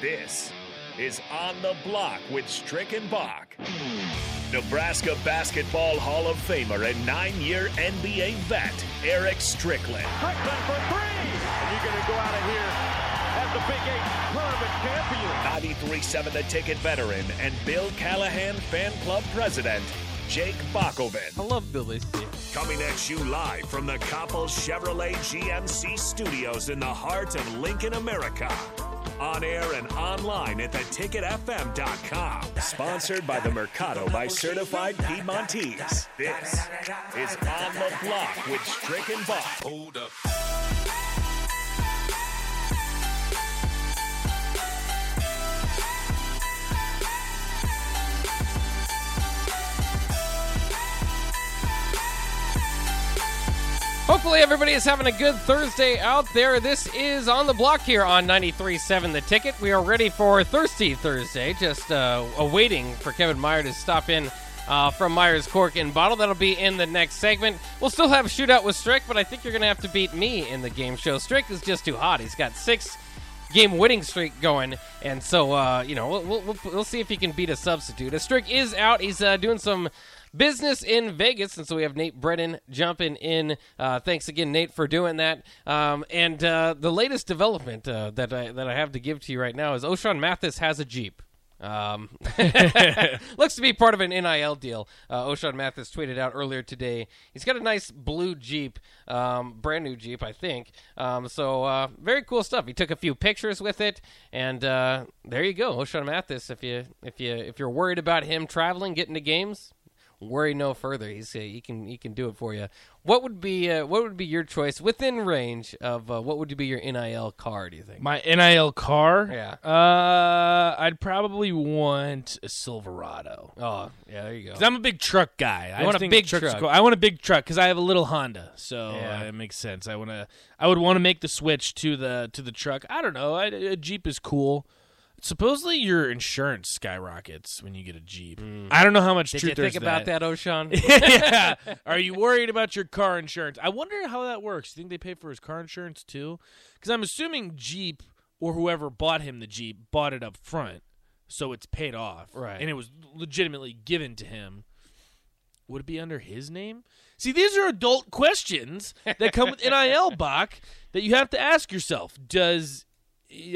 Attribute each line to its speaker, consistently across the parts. Speaker 1: This is On the Block with Stricken Bach. Nebraska Basketball Hall of Famer and nine year NBA vet, Eric Strickland.
Speaker 2: Strickland for three. And you're going to go out of here as the Big Eight tournament champion.
Speaker 1: 93.7 The Ticket veteran and Bill Callahan fan club president, Jake
Speaker 3: I
Speaker 1: Bakoven.
Speaker 3: love Billy Steve.
Speaker 1: Coming at you live from the Coppel Chevrolet GMC studios in the heart of Lincoln, America. On air and online at theticketfm.com. Sponsored by the Mercado by Certified Piedmontese. This is On the Block with Stricken Bach.
Speaker 4: Hold up.
Speaker 3: Hopefully, everybody is having a good Thursday out there. This is On the Block here on 93.7 The Ticket. We are ready for Thirsty Thursday, just uh, awaiting for Kevin Meyer to stop in uh, from Meyer's Cork and Bottle. That'll be in the next segment. We'll still have Shootout with Strick, but I think you're going to have to beat me in the game show. Strick is just too hot. He's got six game winning streak going. And so, uh, you know, we'll, we'll, we'll, we'll see if he can beat a substitute. A Strick is out. He's uh, doing some business in Vegas. And so we have Nate Brennan jumping in. Uh, thanks again, Nate, for doing that. Um, and uh, the latest development uh, that, I, that I have to give to you right now is O'Shawn Mathis has a Jeep. Um, looks to be part of an NIL deal. Uh, O'Shawn Mathis tweeted out earlier today. He's got a nice blue Jeep, um, brand new Jeep, I think. Um, so uh, very cool stuff. He took a few pictures with it, and uh, there you go, O'Shawn Mathis. If you if you if you're worried about him traveling, getting to games, worry no further. He's uh, he can he can do it for you. What would be uh, what would be your choice within range of uh, what would be your NIL car? Do you think?
Speaker 5: My NIL car?
Speaker 3: Yeah.
Speaker 5: Uh, I'd probably want a Silverado.
Speaker 3: Oh yeah, there you
Speaker 5: 'Cause
Speaker 3: go.
Speaker 5: I'm a big truck guy. I
Speaker 3: want a
Speaker 5: think
Speaker 3: big
Speaker 5: trucks are
Speaker 3: truck.
Speaker 5: cool. I want a big truck because I have a little Honda, so
Speaker 3: Yeah.
Speaker 5: uh, it makes sense. I want to. I would want to make the switch to the to the truck. I don't know. I, a Jeep is cool. Supposedly, your insurance skyrockets when you get a Jeep. I don't know how
Speaker 3: Mm.
Speaker 5: much
Speaker 3: Did
Speaker 5: truth
Speaker 3: you think
Speaker 5: there's to
Speaker 3: about that, O'Shawn?
Speaker 5: yeah. Are you worried about your car insurance? I wonder how that works. Do you think they pay for his car insurance too? Because I'm assuming Jeep or whoever bought him the Jeep bought it up front, so it's paid off.
Speaker 3: Right.
Speaker 5: And it was legitimately given to him. Would it be under his name? See, these are adult questions that come with NIL Bach that you have to ask yourself. Does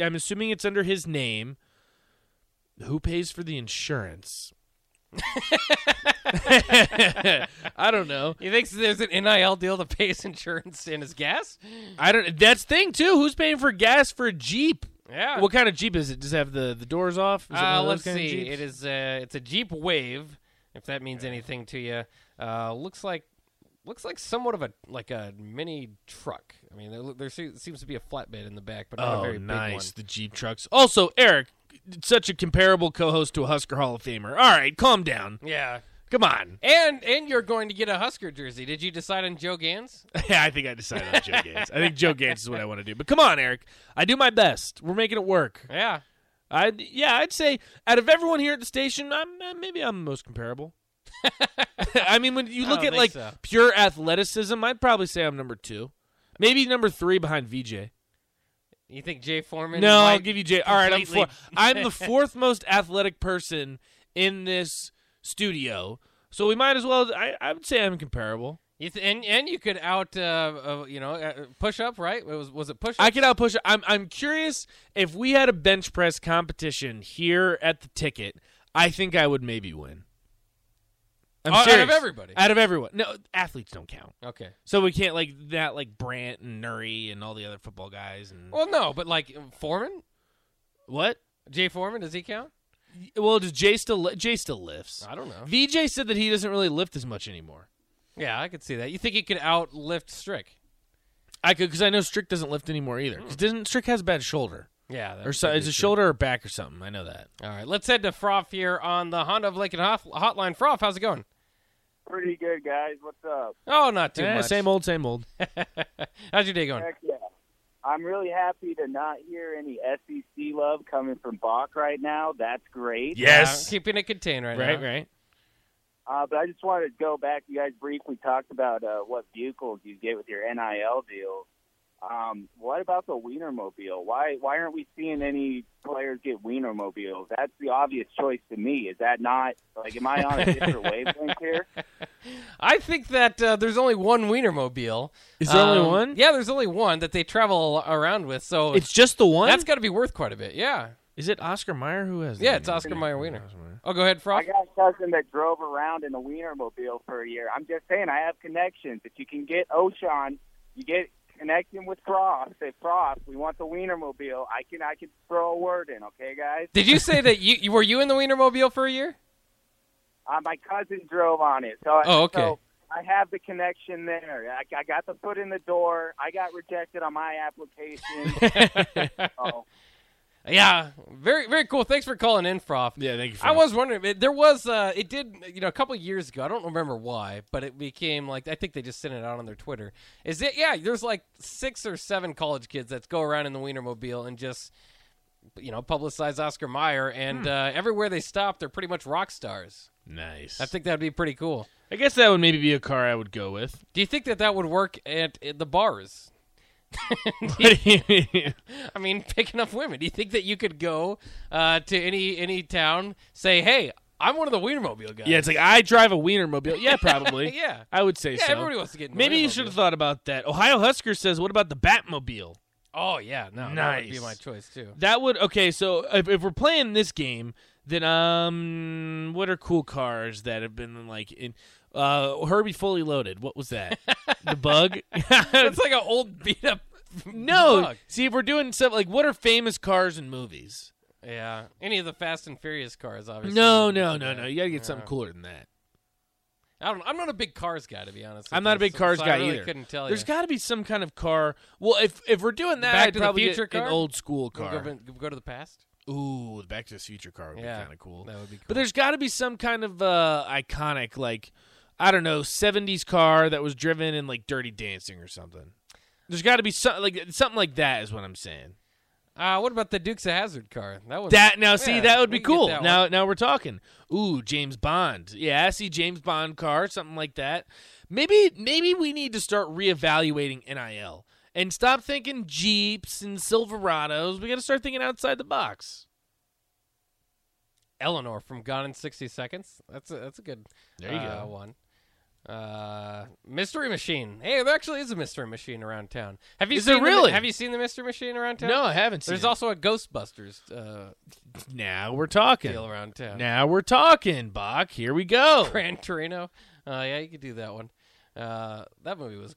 Speaker 5: I'm assuming it's under his name. Who pays for the insurance? I don't know.
Speaker 3: He thinks there's an NIL deal to pay his insurance and his gas.
Speaker 5: I don't. That's the thing too. Who's paying for gas for a Jeep?
Speaker 3: Yeah.
Speaker 5: What kind of Jeep is it? Does it have the, the doors off? Is it one
Speaker 3: Uh,
Speaker 5: of those
Speaker 3: let's
Speaker 5: kind of
Speaker 3: see.
Speaker 5: Jeeps?
Speaker 3: It is. Uh, it's a Jeep Wave, if that means anything to you. Uh, looks like looks like somewhat of a like a mini truck. I mean, there, lo- there se- seems to be a flatbed in the back, but not a
Speaker 5: Oh,
Speaker 3: very
Speaker 5: nice. The Jeep trucks. Also, Eric, such a comparable co-host to a Husker Hall of Famer. All right, calm down.
Speaker 3: big one. Yeah.
Speaker 5: Come on.
Speaker 3: And and you're going to get a Husker jersey. Did you decide on Joe Gans?
Speaker 5: Yeah, I think I decided on Joe Gaines. I think Joe Gaines is what I want to do. But come on, Eric. I do my best. We're making it work.
Speaker 3: Yeah.
Speaker 5: I yeah, I'd say out of everyone here at the station, I'm uh, maybe I'm the most comparable. I mean, when you
Speaker 3: I
Speaker 5: look
Speaker 3: don't
Speaker 5: at
Speaker 3: think
Speaker 5: like
Speaker 3: so.
Speaker 5: pure athleticism, I'd probably say I'm number two, maybe number three behind VJ.
Speaker 3: You think Jay Foreman?
Speaker 5: No, I'll
Speaker 3: might
Speaker 5: give you J. All right, I'm four.
Speaker 3: completely-
Speaker 5: I'm the fourth most athletic person in this studio, so we might as well. I, I would say I'm comparable.
Speaker 3: You th- and and you could out uh, uh you know uh, push up right? It was was it push?
Speaker 5: I can outpush. I'm I'm curious if we had a bench press competition here at the ticket. I think I would maybe win. I'm
Speaker 3: Out- out of
Speaker 5: serious.
Speaker 3: everybody?
Speaker 5: Out of everyone. No, athletes don't count.
Speaker 3: Okay.
Speaker 5: So we can't like that like Brant and Nuri and all the other football guys and
Speaker 3: Well, no, but like Foreman,
Speaker 5: what?
Speaker 3: Jay Foreman, does he count?
Speaker 5: Well, does Jay still li- Jay still lifts?
Speaker 3: I don't know.
Speaker 5: VJ said that he doesn't really lift as much anymore.
Speaker 3: Yeah, I could see that. You think he could outlift Strick?
Speaker 5: I could because I know Strick doesn't lift anymore either.
Speaker 3: Hmm.
Speaker 5: Because doesn't Strick has a bad shoulder
Speaker 3: Yeah, that
Speaker 5: or so,
Speaker 3: could be
Speaker 5: is
Speaker 3: true.
Speaker 5: a shoulder or back or something? I know that.
Speaker 3: All right, let's head to Froth here on the Honda of Lincoln Hof- Hotline. Froth, how's it going?
Speaker 6: Pretty good, guys. What's up?
Speaker 3: Oh, not too
Speaker 5: Eh,
Speaker 3: much.
Speaker 5: Same old, same old.
Speaker 3: how's your day going?
Speaker 6: Heck yeah. I'm really happy to not hear any SEC love coming from Bach right now. That's great.
Speaker 3: Uh, keeping it contained right,
Speaker 5: right,
Speaker 3: now.
Speaker 5: right.
Speaker 6: Uh, but I just wanted to go back. You guys briefly talked about uh, what vehicles you get with your NIL deal. Um, what about the Wienermobile? Why why aren't we seeing any players get Wienermobiles? That's the obvious choice to me. Is that not like am I on a different wavelength here?
Speaker 3: I think that uh, there's only one Wienermobile. Um,
Speaker 5: Is there only one?
Speaker 3: Yeah, there's only one that they travel around with. So
Speaker 5: It's just the one.
Speaker 3: Oh, that's got to be worth quite a bit. Yeah.
Speaker 5: Is it Oscar Meyer who has?
Speaker 3: Yeah,
Speaker 5: the
Speaker 3: it's
Speaker 5: name?
Speaker 3: Oscar Mayer Wiener.
Speaker 5: Oscar Mayer.
Speaker 3: Oh, go ahead,
Speaker 6: I
Speaker 3: Frog.
Speaker 6: got a cousin that drove around in a Wienermobile for a year. I'm just saying I have connections. If you can get Oshon, you get connecting with Frost. Say Frost, we want the Wienermobile. I can I can throw a word in, okay guys?
Speaker 3: Did you say that you you- were you in the Wienermobile for a year?
Speaker 6: Uh, my cousin drove on it, so
Speaker 3: Oh, okay.
Speaker 6: so I have the connection there. I, I got the foot in the door. I got rejected on my application. so,
Speaker 3: Yeah, very very cool. Thanks for calling in, Froth.
Speaker 5: Yeah, thank you. For
Speaker 3: I
Speaker 5: that.
Speaker 3: was wondering. It, there was uh, it did you know a couple years ago. I don't remember why, but it became like I think they just sent it out on their Twitter. Is it? Yeah, there's like six or seven college kids that go around in the Wienermobile and just you know publicize Oscar Meyer,
Speaker 5: Hmm.
Speaker 3: and uh, everywhere they stop, they're pretty much rock stars.
Speaker 5: nice.
Speaker 3: I think that'd be pretty cool.
Speaker 5: I guess that would maybe be a car I would go with.
Speaker 3: Do you think that that would work at, at the bars?
Speaker 5: What do you mean?
Speaker 3: I mean, picking up women. Do you think that you could go uh, to any any town, say, "Hey, I'm one of the Wienermobile guys"?
Speaker 5: yeah, it's like I drive a Wienermobile. Yeah, probably.
Speaker 3: Yeah.
Speaker 5: I would say
Speaker 3: yeah.
Speaker 5: so.
Speaker 3: Everybody wants to get. in a
Speaker 5: Maybe you
Speaker 3: Wienermobile.
Speaker 5: should have thought about that. Ohio Husker says, "What about the Batmobile?"
Speaker 3: Oh yeah, no, that would be
Speaker 5: Nice.
Speaker 3: my choice too.
Speaker 5: That would okay. So if, if we're playing this game, then um, what are cool cars that have been like in uh Herbie Fully Loaded? What was that? the bug?
Speaker 3: It's like an old beat up.
Speaker 5: no.
Speaker 3: bug.
Speaker 5: See, if we're doing stuff like what are famous cars in movies?
Speaker 3: Yeah, any of the Fast and Furious cars, obviously.
Speaker 5: No,
Speaker 3: would be
Speaker 5: no,
Speaker 3: too
Speaker 5: no,
Speaker 3: bad.
Speaker 5: no. You gotta get
Speaker 3: Yeah.
Speaker 5: something cooler than that.
Speaker 3: I don't. I'm not a big cars guy, to be honest. with
Speaker 5: I'm not
Speaker 3: you,
Speaker 5: a big
Speaker 3: so-
Speaker 5: cars
Speaker 3: so I
Speaker 5: guy
Speaker 3: really
Speaker 5: either.
Speaker 3: Couldn't tell
Speaker 5: There's
Speaker 3: you.
Speaker 5: got to be some kind of car. Well, if if we're doing that,
Speaker 3: Back
Speaker 5: I'd
Speaker 3: to the
Speaker 5: probably get
Speaker 3: Future car?
Speaker 5: an old school car.
Speaker 3: Go, go, go to the past.
Speaker 5: Ooh, the Back to the Future car would
Speaker 3: Yeah.
Speaker 5: be kind of cool.
Speaker 3: That would be. Cool.
Speaker 5: But there's got to be some kind of uh, iconic, like I don't know, '70s car that was driven in like Dirty Dancing or something. There's got to be some like something like that is what I'm saying.
Speaker 3: Uh, what about the Dukes of Hazard car? That was
Speaker 5: That now, see,
Speaker 3: Yeah,
Speaker 5: that would
Speaker 3: we
Speaker 5: be
Speaker 3: can get
Speaker 5: cool.
Speaker 3: that one.
Speaker 5: Now, now we're talking. Ooh, James Bond. Yeah, I see James Bond car, something like that. Maybe, maybe we need to start reevaluating NIL and stop thinking Jeeps and Silverados. We got to start thinking outside the box.
Speaker 3: Eleanor from Gone in 60 Seconds. That's a, that's a good
Speaker 5: There you
Speaker 3: uh,
Speaker 5: go.
Speaker 3: one. Uh, mystery Machine. Hey, there actually is a Mystery Machine around town. Have you
Speaker 5: Is
Speaker 3: seen
Speaker 5: there
Speaker 3: the-
Speaker 5: really?
Speaker 3: have you seen the Mystery Machine around town?
Speaker 5: No, I haven't seen.
Speaker 3: There's
Speaker 5: it.
Speaker 3: also a Ghostbusters uh,
Speaker 5: now we're talking.
Speaker 3: deal around town.
Speaker 5: Now we're talking, Bach. Here we go.
Speaker 3: Gran Torino. Uh, yeah, you could do that one. Uh, that movie was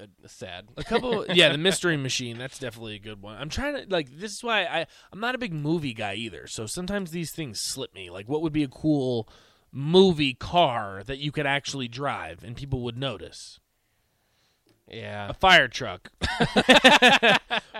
Speaker 3: uh, sad.
Speaker 5: A couple, yeah, the Mystery Machine. That's definitely a good one. I'm trying to like. This is why I I'm not a big movie guy either. So sometimes these things slip me. Like, what would be a cool movie car that you could actually drive and people would notice?
Speaker 3: yeah.
Speaker 5: A fire truck.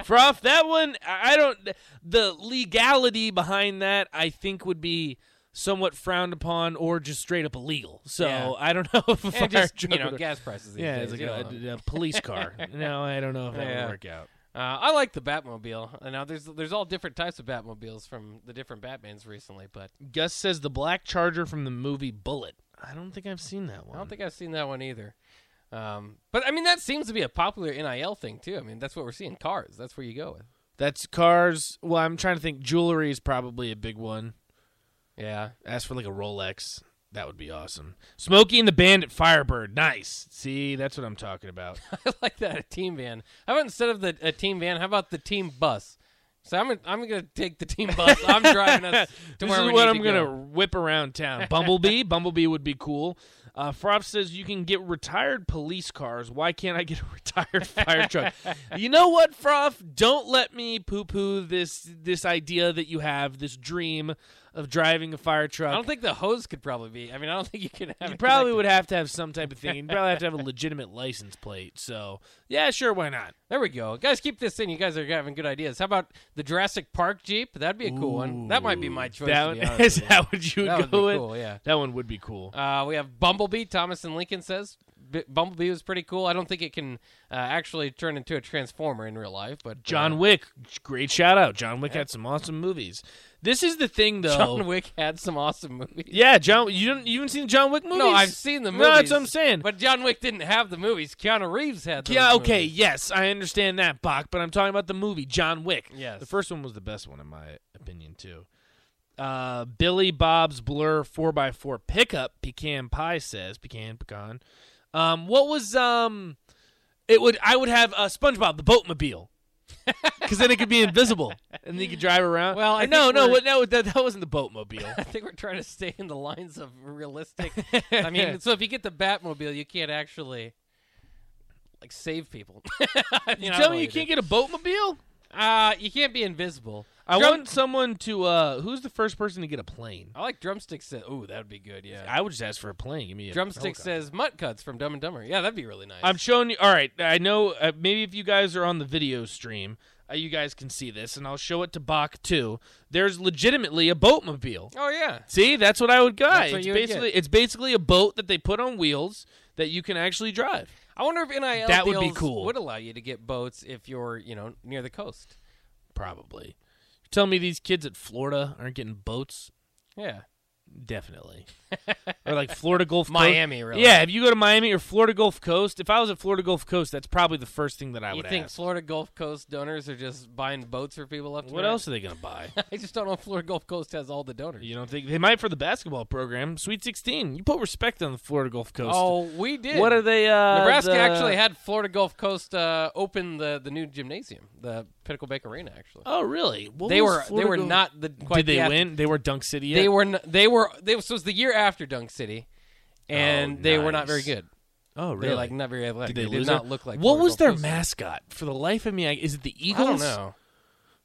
Speaker 5: Froth, that one I I don't. The legality behind that I think would be somewhat frowned upon or just straight up illegal. So
Speaker 3: Yeah.
Speaker 5: I don't know if a fire
Speaker 3: And just,
Speaker 5: truck
Speaker 3: you know,
Speaker 5: would-
Speaker 3: gas prices these
Speaker 5: Yeah,
Speaker 3: days.
Speaker 5: it's like oh,
Speaker 3: you
Speaker 5: a,
Speaker 3: know.
Speaker 5: a- a police car. no, I don't know if that
Speaker 3: Yeah.
Speaker 5: would work out.
Speaker 3: Uh, I like the Batmobile. And Now there's there's all different types of Batmobiles from the different Batmans recently, but
Speaker 5: Gus says the black charger from the movie Bullet. I don't think I've seen that one.
Speaker 3: I don't think I've seen that one either. Um, but I mean, that seems to be a popular NIL thing too. I mean, that's what we're seeing cars. That's where you go with.
Speaker 5: that's cars. Well, I'm trying to think. Jewelry is probably a big one.
Speaker 3: Yeah,
Speaker 5: As for like a Rolex, that would be awesome. Smokey and the Bandit Firebird. Nice. See, that's what I'm talking about.
Speaker 3: I like that a team van. How about instead of the a team van, how about the team bus? So I'm gonna, I'm gonna take the team bus. I'm driving us to
Speaker 5: this
Speaker 3: where
Speaker 5: is
Speaker 3: we
Speaker 5: what
Speaker 3: need
Speaker 5: I'm
Speaker 3: to
Speaker 5: gonna
Speaker 3: go.
Speaker 5: whip around town. Bumblebee, Bumblebee would be cool. Uh, Froth says you can get retired police cars. Why can't I get a retired fire truck? you know what, Froth? Don't let me poo-poo this this idea that you have, this dream of driving a fire truck.
Speaker 3: I don't think the hose could probably be. I mean, I don't think you could have.
Speaker 5: you
Speaker 3: it
Speaker 5: probably
Speaker 3: connected.
Speaker 5: would have to have some type of thing. You probably have to have a legitimate license plate. So yeah, sure, why not?
Speaker 3: There we go, guys. Keep this in. You guys are having good ideas. How about the Jurassic Park Jeep? That'd be a cool one. That might be my choice.
Speaker 5: That
Speaker 3: to
Speaker 5: one,
Speaker 3: be honest
Speaker 5: is
Speaker 3: with you.
Speaker 5: that what you would
Speaker 3: That would
Speaker 5: go
Speaker 3: be
Speaker 5: with?
Speaker 3: cool, yeah.
Speaker 5: That one would be cool.
Speaker 3: Uh, we have Bumblebee. Thomas and Lincoln says B- Bumblebee was pretty cool. I don't think it can uh, actually turn into a transformer in real life, but uh,
Speaker 5: John Wick, great shout out. John Wick had some awesome movies. This is the thing though.
Speaker 3: John Wick had some awesome movies.
Speaker 5: Yeah, John. You didn't. You haven't seen the John Wick movies?
Speaker 3: No, I've seen the movies.
Speaker 5: No, that's what I'm saying.
Speaker 3: But John Wick didn't have the movies. Keanu Reeves had. Those
Speaker 5: yeah, okay,
Speaker 3: movies.
Speaker 5: yes, I understand that, Bach. But I'm talking about the movie John Wick.
Speaker 3: Yes.
Speaker 5: the first one was the best one in my opinion too. Uh, Billy Bob's Blur 4x4 pickup pecan pie says pecan pecan. Um, what was um, it would I would have uh, SpongeBob the boatmobile. Because then it could be invisible, and you could drive around.
Speaker 3: Well, I
Speaker 5: Or no,
Speaker 3: think
Speaker 5: no,
Speaker 3: we're-
Speaker 5: what- no, that, that wasn't the boatmobile.
Speaker 3: I think we're trying to stay in the lines of realistic. I mean, so if you get the Batmobile, you can't actually like save people. I mean, I
Speaker 5: Tell
Speaker 3: don't know
Speaker 5: me you
Speaker 3: what
Speaker 5: can't
Speaker 3: do.
Speaker 5: get a boatmobile?
Speaker 3: Uh, you can't be invisible.
Speaker 5: I
Speaker 3: Drum-
Speaker 5: want someone to. uh Who's the first person to get a plane?
Speaker 3: I like drumstick says. Oh, that would be good. Yeah.
Speaker 5: I would just ask for a plane. Give me a
Speaker 3: drumstick
Speaker 5: helicopter.
Speaker 3: says mutt cuts from Dumb and Dumber. Yeah, that'd be really nice.
Speaker 5: I'm showing you. All right, I know. Uh, maybe if you guys are on the video stream, uh, you guys can see this, and I'll show it to Bach too. There's legitimately a boatmobile.
Speaker 3: oh yeah.
Speaker 5: See, that's what I would guy.
Speaker 3: That's what
Speaker 5: it's
Speaker 3: you would get.
Speaker 5: basically it's basically a boat that they put on wheels that you can actually drive.
Speaker 3: I wonder if NIL
Speaker 5: That would be
Speaker 3: deals
Speaker 5: cool.
Speaker 3: would allow you to get boats if you're you know near the coast.
Speaker 5: Probably. You're telling me these kids at Florida aren't getting boats?
Speaker 3: Yeah.
Speaker 5: Definitely. or like Florida Gulf
Speaker 3: Miami,
Speaker 5: Coast.
Speaker 3: really.
Speaker 5: Yeah, if you go to Miami or Florida Gulf Coast, if I was at Florida Gulf Coast, that's probably the first thing that I
Speaker 3: you
Speaker 5: would
Speaker 3: think
Speaker 5: ask.
Speaker 3: Florida Gulf Coast donors are just buying boats for people left? and
Speaker 5: What
Speaker 3: right?
Speaker 5: else are they gonna buy?
Speaker 3: I just don't know if Florida Gulf Coast has all the donors.
Speaker 5: You don't think they might for the basketball program? Sweet sixteen. You put respect on the Florida Gulf Coast.
Speaker 3: Oh, we did.
Speaker 5: what are they? Uh,
Speaker 3: Nebraska
Speaker 5: the-
Speaker 3: actually had Florida Gulf Coast uh, open the, the new gymnasium, the Pinnacle Bank Arena. Actually,
Speaker 5: Oh, really? What
Speaker 3: they
Speaker 5: was
Speaker 3: were
Speaker 5: Florida
Speaker 3: they were
Speaker 5: Gulf-
Speaker 3: not the quite
Speaker 5: Did they
Speaker 3: the ath-
Speaker 5: win? They were Dunk City.
Speaker 3: They
Speaker 5: yet?
Speaker 3: were n- they were they this was the year after Dunk City, and
Speaker 5: Oh,
Speaker 3: they were not very
Speaker 5: nice.
Speaker 3: good.
Speaker 5: Oh, really?
Speaker 3: They're like not very athletic.
Speaker 5: did they,
Speaker 3: did
Speaker 5: lose
Speaker 3: not
Speaker 5: her?
Speaker 3: look like.
Speaker 5: What
Speaker 3: Florida
Speaker 5: was
Speaker 3: Gulf
Speaker 5: their
Speaker 3: Coast.
Speaker 5: mascot? For the life of me, I, is it the
Speaker 3: I
Speaker 5: Eagles?
Speaker 3: don't know.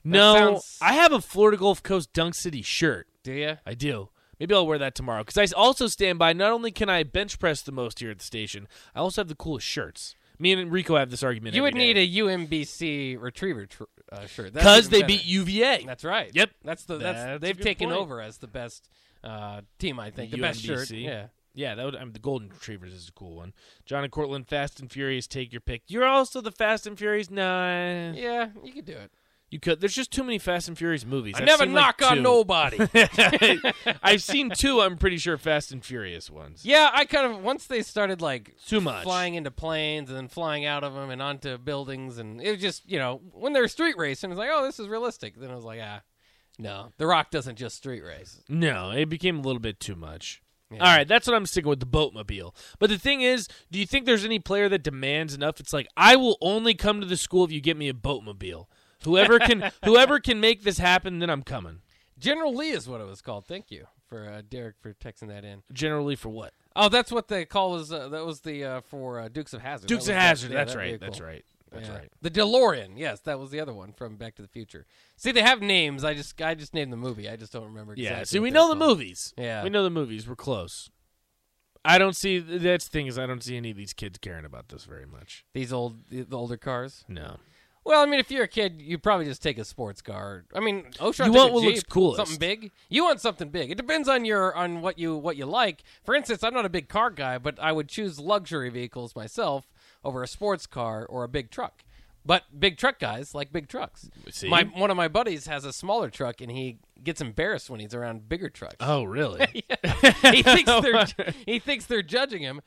Speaker 5: No,
Speaker 3: sounds-
Speaker 5: I have a Florida Gulf Coast Dunk City shirt.
Speaker 3: Do you?
Speaker 5: I do. Maybe I'll wear that tomorrow because I s- also stand by. Not only can I bench press the most here at the station, I also have the coolest shirts. Me and Rico have this argument.
Speaker 3: You would need
Speaker 5: every day.
Speaker 3: a UMBC retriever tr- uh, shirt That's
Speaker 5: because
Speaker 3: even
Speaker 5: they
Speaker 3: better.
Speaker 5: beat UVA.
Speaker 3: That's right.
Speaker 5: Yep.
Speaker 3: That's the that's,
Speaker 5: That's a
Speaker 3: they've
Speaker 5: good
Speaker 3: taken
Speaker 5: point.
Speaker 3: over as the best uh, team. I think the best shirt.
Speaker 5: UMBC.
Speaker 3: Yeah.
Speaker 5: Yeah, that would. I mean, the Golden Retrievers is a cool one. John and Cortland, Fast and Furious, take your pick. You're also the Fast and Furious. Nah,
Speaker 3: Yeah, you could do it.
Speaker 5: you could. There's just too many Fast and Furious movies.
Speaker 3: I
Speaker 5: I've
Speaker 3: never
Speaker 5: seen, like,
Speaker 3: knock on
Speaker 5: two.
Speaker 3: nobody.
Speaker 5: I've seen two. I'm pretty sure Fast and Furious ones.
Speaker 3: yeah, I kind of once they started like
Speaker 5: Too much.
Speaker 3: flying into planes and then flying out of them and onto buildings and it was just you know when they're street racing it's like oh this is realistic then I was like ah no The Rock doesn't just street race
Speaker 5: No, it became a little bit too much.
Speaker 3: Yeah.
Speaker 5: All right, that's what I'm sticking with the boatmobile. But the thing is, do you think there's any player that demands enough? It's like I will only come to the school if you get me a boatmobile. Whoever can, whoever can make this happen, then I'm coming.
Speaker 3: General Lee is what it was called thank you for uh, Derek for texting that in
Speaker 5: Generally for what?
Speaker 3: oh that's what the call was uh, that was the uh, for uh, Dukes of Hazard
Speaker 5: Dukes of Hazard. That's right. That's right. That's right.
Speaker 3: The DeLorean, yes, that was the other one from Back to the Future. See, they have names. I just, I just named the movie. I just don't remember.
Speaker 5: Yeah.
Speaker 3: exactly
Speaker 5: see,
Speaker 3: what
Speaker 5: we
Speaker 3: they're
Speaker 5: know the
Speaker 3: called.
Speaker 5: movies.
Speaker 3: Yeah.
Speaker 5: We know the movies. We're close. I don't see. That's the thing is, I don't see any of these kids caring about this very much.
Speaker 3: These old, the the older cars.
Speaker 5: No.
Speaker 3: Well, I mean, if you're a kid, you probably just take a sports car. I mean, Oshon
Speaker 5: You
Speaker 3: took
Speaker 5: want
Speaker 3: a
Speaker 5: what
Speaker 3: Jeep,
Speaker 5: looks coolest.
Speaker 3: Something big. You want something big. It depends on your on what you what you like. For instance, I'm not a big car guy, but I would choose luxury vehicles myself over a sports car or a big truck. But big truck guys like big trucks.
Speaker 5: See?
Speaker 3: My one of my buddies has a smaller truck, and he gets embarrassed when he's around bigger trucks.
Speaker 5: Oh, really?
Speaker 3: he thinks they're he thinks they're judging him,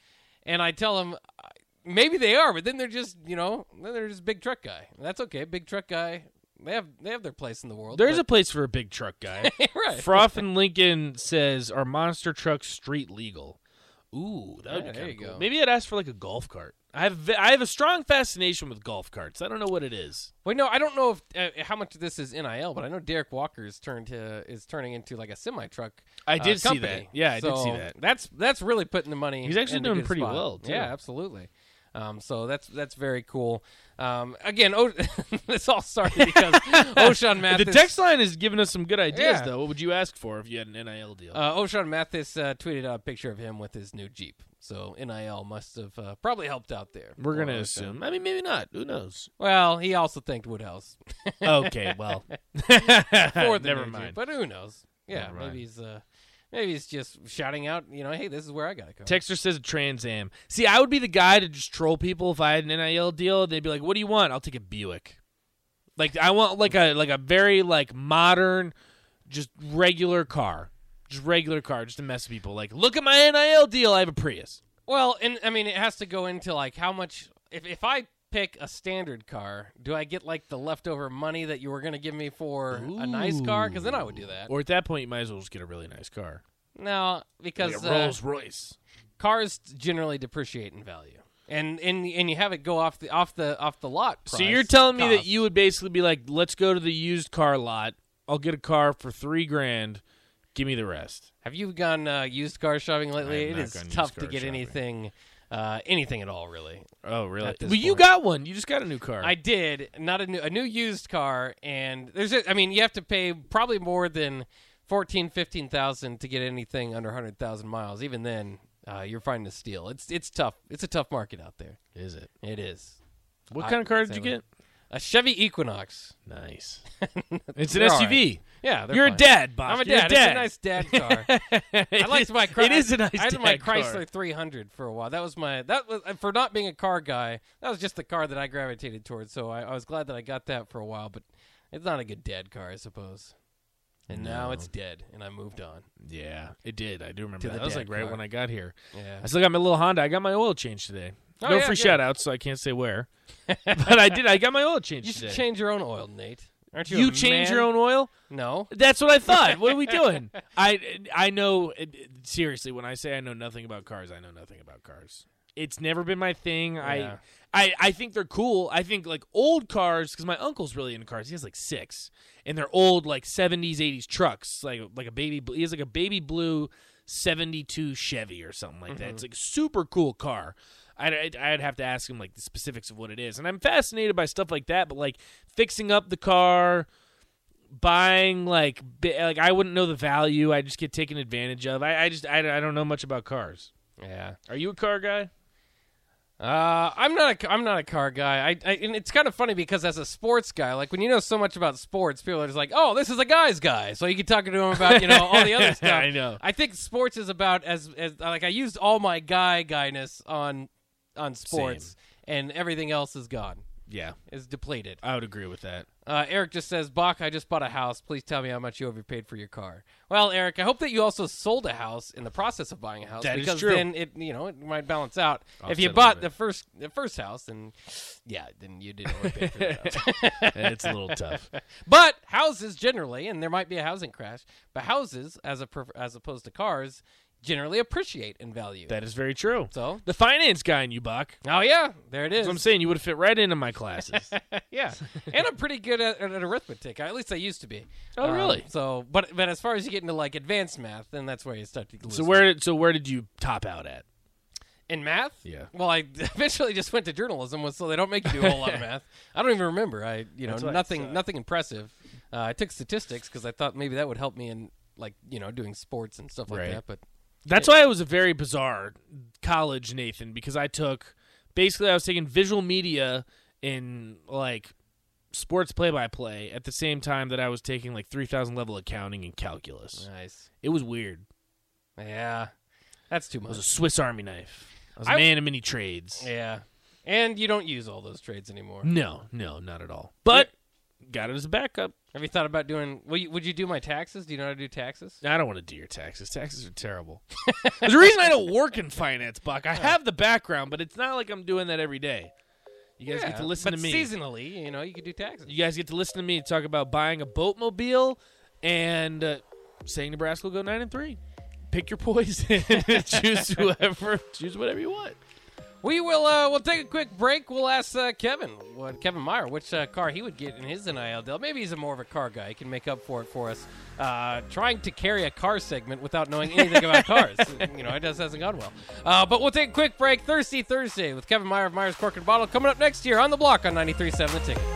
Speaker 3: and I tell him I- maybe they are, but then they're just you know then they're just big truck guy. That's okay, big truck guy. They have they have their place in the world.
Speaker 5: There's a
Speaker 3: but-
Speaker 5: place for a big truck guy.
Speaker 3: Right.
Speaker 5: Froth and Lincoln says, "Are monster trucks street legal?" Ooh, that would
Speaker 3: Yeah,
Speaker 5: be
Speaker 3: there
Speaker 5: kind
Speaker 3: you
Speaker 5: of cool.
Speaker 3: go.
Speaker 5: Maybe I'd ask for like a golf cart. I have ve- I have a strong fascination with golf carts. I don't know what it is.
Speaker 3: wait no I don't know if uh, how much of this is nil, but I know Derek Walker's turned to is turning into like a semi truck.
Speaker 5: I did see
Speaker 3: company.
Speaker 5: that. Yeah, I did see
Speaker 3: So
Speaker 5: that.
Speaker 3: That's that's really putting the money.
Speaker 5: He's actually
Speaker 3: in a
Speaker 5: doing
Speaker 3: good
Speaker 5: pretty
Speaker 3: spot.
Speaker 5: well, too.
Speaker 3: Yeah, absolutely. Um, so that's that's very cool. Um, again, o- this all started because Oshon Mathis.
Speaker 5: the text line is giving us some good ideas,
Speaker 3: Yeah.
Speaker 5: though. What would you ask for if you had an NIL deal?
Speaker 3: Uh, Oshon Mathis uh, tweeted out a picture of him with his new Jeep. So NIL must have uh, probably helped out there.
Speaker 5: We're gonna
Speaker 3: Or-
Speaker 5: assume. I mean, maybe not. Who knows?
Speaker 3: Well, he also thanked Woodhouse
Speaker 5: okay, well,
Speaker 3: for the
Speaker 5: never
Speaker 3: new Jeep,
Speaker 5: mind.
Speaker 3: but who knows? Yeah,
Speaker 5: Never mind.
Speaker 3: maybe he's uh, Maybe he's just shouting out, you know, hey, this is where I gotta go.
Speaker 5: Texter says a Trans Am. See, I would be the guy to just troll people if I had an NIL deal. They'd be like, "What do you want?" I'll take a Buick. Like I want like a like a very like modern, just regular car, just regular car, just to mess with people. Like, look at my NIL deal. I have a Prius.
Speaker 3: Well, and I mean, it has to go into like how much. If if I pick a standard car, do I get like the leftover money that you were gonna give me for a nice car? Because then I would do that.
Speaker 5: Or at that point, you might as well just get a really nice car,
Speaker 3: no,
Speaker 5: like a
Speaker 3: because uh,
Speaker 5: Rolls Royce.
Speaker 3: cars generally depreciate in value, and and and you have it go off the off the off the lot.
Speaker 5: so you're
Speaker 3: price
Speaker 5: telling me that
Speaker 3: cost.
Speaker 5: you would basically be like, "Let's go to the used car lot. I'll get a car for three grand. Give me the rest."
Speaker 3: Have you gone uh, used car shopping lately?
Speaker 5: have
Speaker 3: It
Speaker 5: not
Speaker 3: is
Speaker 5: gone used
Speaker 3: tough to
Speaker 5: car
Speaker 3: get
Speaker 5: shopping.
Speaker 3: anything, uh, anything at all, really.
Speaker 5: Oh, really?
Speaker 3: At
Speaker 5: Well,
Speaker 3: this
Speaker 5: you
Speaker 3: point.
Speaker 5: got one. You just got a new car.
Speaker 3: I did not a new a new used car, and there's a, I mean you have to pay probably more than fourteen fifteen thousand to get anything under hundred thousand miles. Even then, uh, you're finding a steal. It's it's tough. It's a tough market out there.
Speaker 5: Is it?
Speaker 3: It is
Speaker 5: What
Speaker 3: I-
Speaker 5: kind of car did
Speaker 3: Same.
Speaker 5: you get?
Speaker 3: a Chevy Equinox.
Speaker 5: Nice. it's an
Speaker 3: They're all
Speaker 5: SUV.
Speaker 3: Yeah, they're
Speaker 5: You're a
Speaker 3: fine.
Speaker 5: dad, Bob.
Speaker 3: I'm a
Speaker 5: You're
Speaker 3: dad. It's a nice dad car. I liked my. Chry-
Speaker 5: It is a nice.
Speaker 3: I had
Speaker 5: dad
Speaker 3: my
Speaker 5: car.
Speaker 3: Chrysler 300 for a while. That was my. That was for not being a car guy. That was just the car that I gravitated towards. So I, I was glad that I got that for a while. But it's not a good dad car, I suppose. And now it's dead, and I moved on.
Speaker 5: Yeah, it did. I do remember
Speaker 3: To
Speaker 5: that.
Speaker 3: the
Speaker 5: That was
Speaker 3: dad
Speaker 5: like right
Speaker 3: car.
Speaker 5: when I got here.
Speaker 3: Yeah.
Speaker 5: I still got my little Honda. I got my oil change today.
Speaker 3: Oh,
Speaker 5: no
Speaker 3: yeah,
Speaker 5: free
Speaker 3: good.
Speaker 5: shout outs, so I can't say where. but I did. I got my oil change
Speaker 3: You should
Speaker 5: today.
Speaker 3: change your own oil, Nate. Aren't you?
Speaker 5: you
Speaker 3: a
Speaker 5: change
Speaker 3: man?
Speaker 5: your own oil?
Speaker 3: No.
Speaker 5: That's what I thought. what are we doing? I I know seriously when I say I know nothing about cars, I know nothing about cars. It's never been my thing.
Speaker 3: Yeah.
Speaker 5: I, I I think they're cool. I think like old cars because my uncle's really into cars. He has like six, and they're old like seventies, eighties trucks. Like like a baby. bl- He has like a baby blue seventy two Chevy or something like that. It's like a super cool car. I'd, I'd, I'd have to ask him like the specifics of what it is, and I'm fascinated by stuff like that. But like fixing up the car, buying like bi- like I wouldn't know the value. I just get taken advantage of. I, I just I, I don't know much about cars.
Speaker 3: Yeah.
Speaker 5: Are you a car guy?
Speaker 3: Uh, I'm not a ca- I'm not a car guy. I, I and it's kind of funny because as a sports guy, like when you know so much about sports, people are just like, "Oh, this is a guy's guy." So you can talk to him about you know all the other stuff.
Speaker 5: I know.
Speaker 3: I think sports is about as as like I used all my guy guyness on on sports, and everything else is gone,
Speaker 5: Yeah,
Speaker 3: is depleted.
Speaker 5: I would agree with that.
Speaker 3: Uh, Eric just says, "Bach, I just bought a house. Please tell me how much you overpaid for your car." Well, Eric, I hope that you also sold a house in the process of buying a house
Speaker 5: That is
Speaker 3: because
Speaker 5: true.
Speaker 3: then it you know it might balance out. if
Speaker 5: Offset a
Speaker 3: you
Speaker 5: little
Speaker 3: bought
Speaker 5: bit.
Speaker 3: the first the first house, then yeah, then you didn't overpay for that house.
Speaker 5: it's a little tough.
Speaker 3: But houses generally, and there might be a housing crash, but houses as a per- as opposed to cars generally appreciate in value.
Speaker 5: That is very true.
Speaker 3: so,
Speaker 5: The finance guy in you, Buck.
Speaker 3: oh yeah, there it is.
Speaker 5: That's what I'm saying. You would fit right into my classes.
Speaker 3: Yeah, and I'm pretty good at, at, at arithmetic. At least I used to be. Um,
Speaker 5: Oh, really?
Speaker 3: So, but but as far as you get into like advanced math, then that's where you start to lose.
Speaker 5: so where did so where did you top out at?
Speaker 3: in math?
Speaker 5: Yeah.
Speaker 3: Well, I eventually just went to journalism, was- so they don't make you do a whole lot of math. I don't even remember. I you know
Speaker 5: That's why it
Speaker 3: nothing
Speaker 5: sucks.
Speaker 3: nothing impressive. Uh, I took statistics because I thought maybe that would help me in like you know doing sports and stuff like
Speaker 5: Right.
Speaker 3: that. But
Speaker 5: That's why it was a very bizarre college, Nathan, because I took basically I was taking visual media in like sports play by play at the same time that I was taking like 3000 level accounting and calculus.
Speaker 3: nice.
Speaker 5: It was weird.
Speaker 3: Yeah, that's too
Speaker 5: I was a
Speaker 3: much.
Speaker 5: Swiss Army knife. I was a
Speaker 3: I-
Speaker 5: man of many trades.
Speaker 3: Yeah, and you don't use all those trades anymore.
Speaker 5: No, no, not at all. But got it as a backup.
Speaker 3: Have you thought about doing? Will you, would you do my taxes? Do you know how to do taxes?
Speaker 5: I don't want to do your taxes. Taxes are terrible. There's a reason I don't work in finance, Buck. I have the background, but it's not like I'm doing that every day. You guys get to
Speaker 3: Yeah,
Speaker 5: listen
Speaker 3: but
Speaker 5: to me.
Speaker 3: seasonally. You know, you could do taxes.
Speaker 5: You guys get to listen to me talk about buying a boatmobile and uh, saying Nebraska will go nine and three. Pick your poison. choose whoever. Choose whatever you want.
Speaker 3: We will. Uh, we'll take a quick break. We'll ask uh, Kevin, what Kevin Meyer, which uh, car he would get in his NIL deal. Maybe he's a more of a car guy. He can make up for it for us. Uh, trying to carry a car segment without knowing anything about cars, you know, it just hasn't gone well. Uh, but we'll take a quick break. Thirsty Thursday with Kevin Meyer of Meyer's Cork and Bottle coming up next year on the block on 93.7 The Ticket.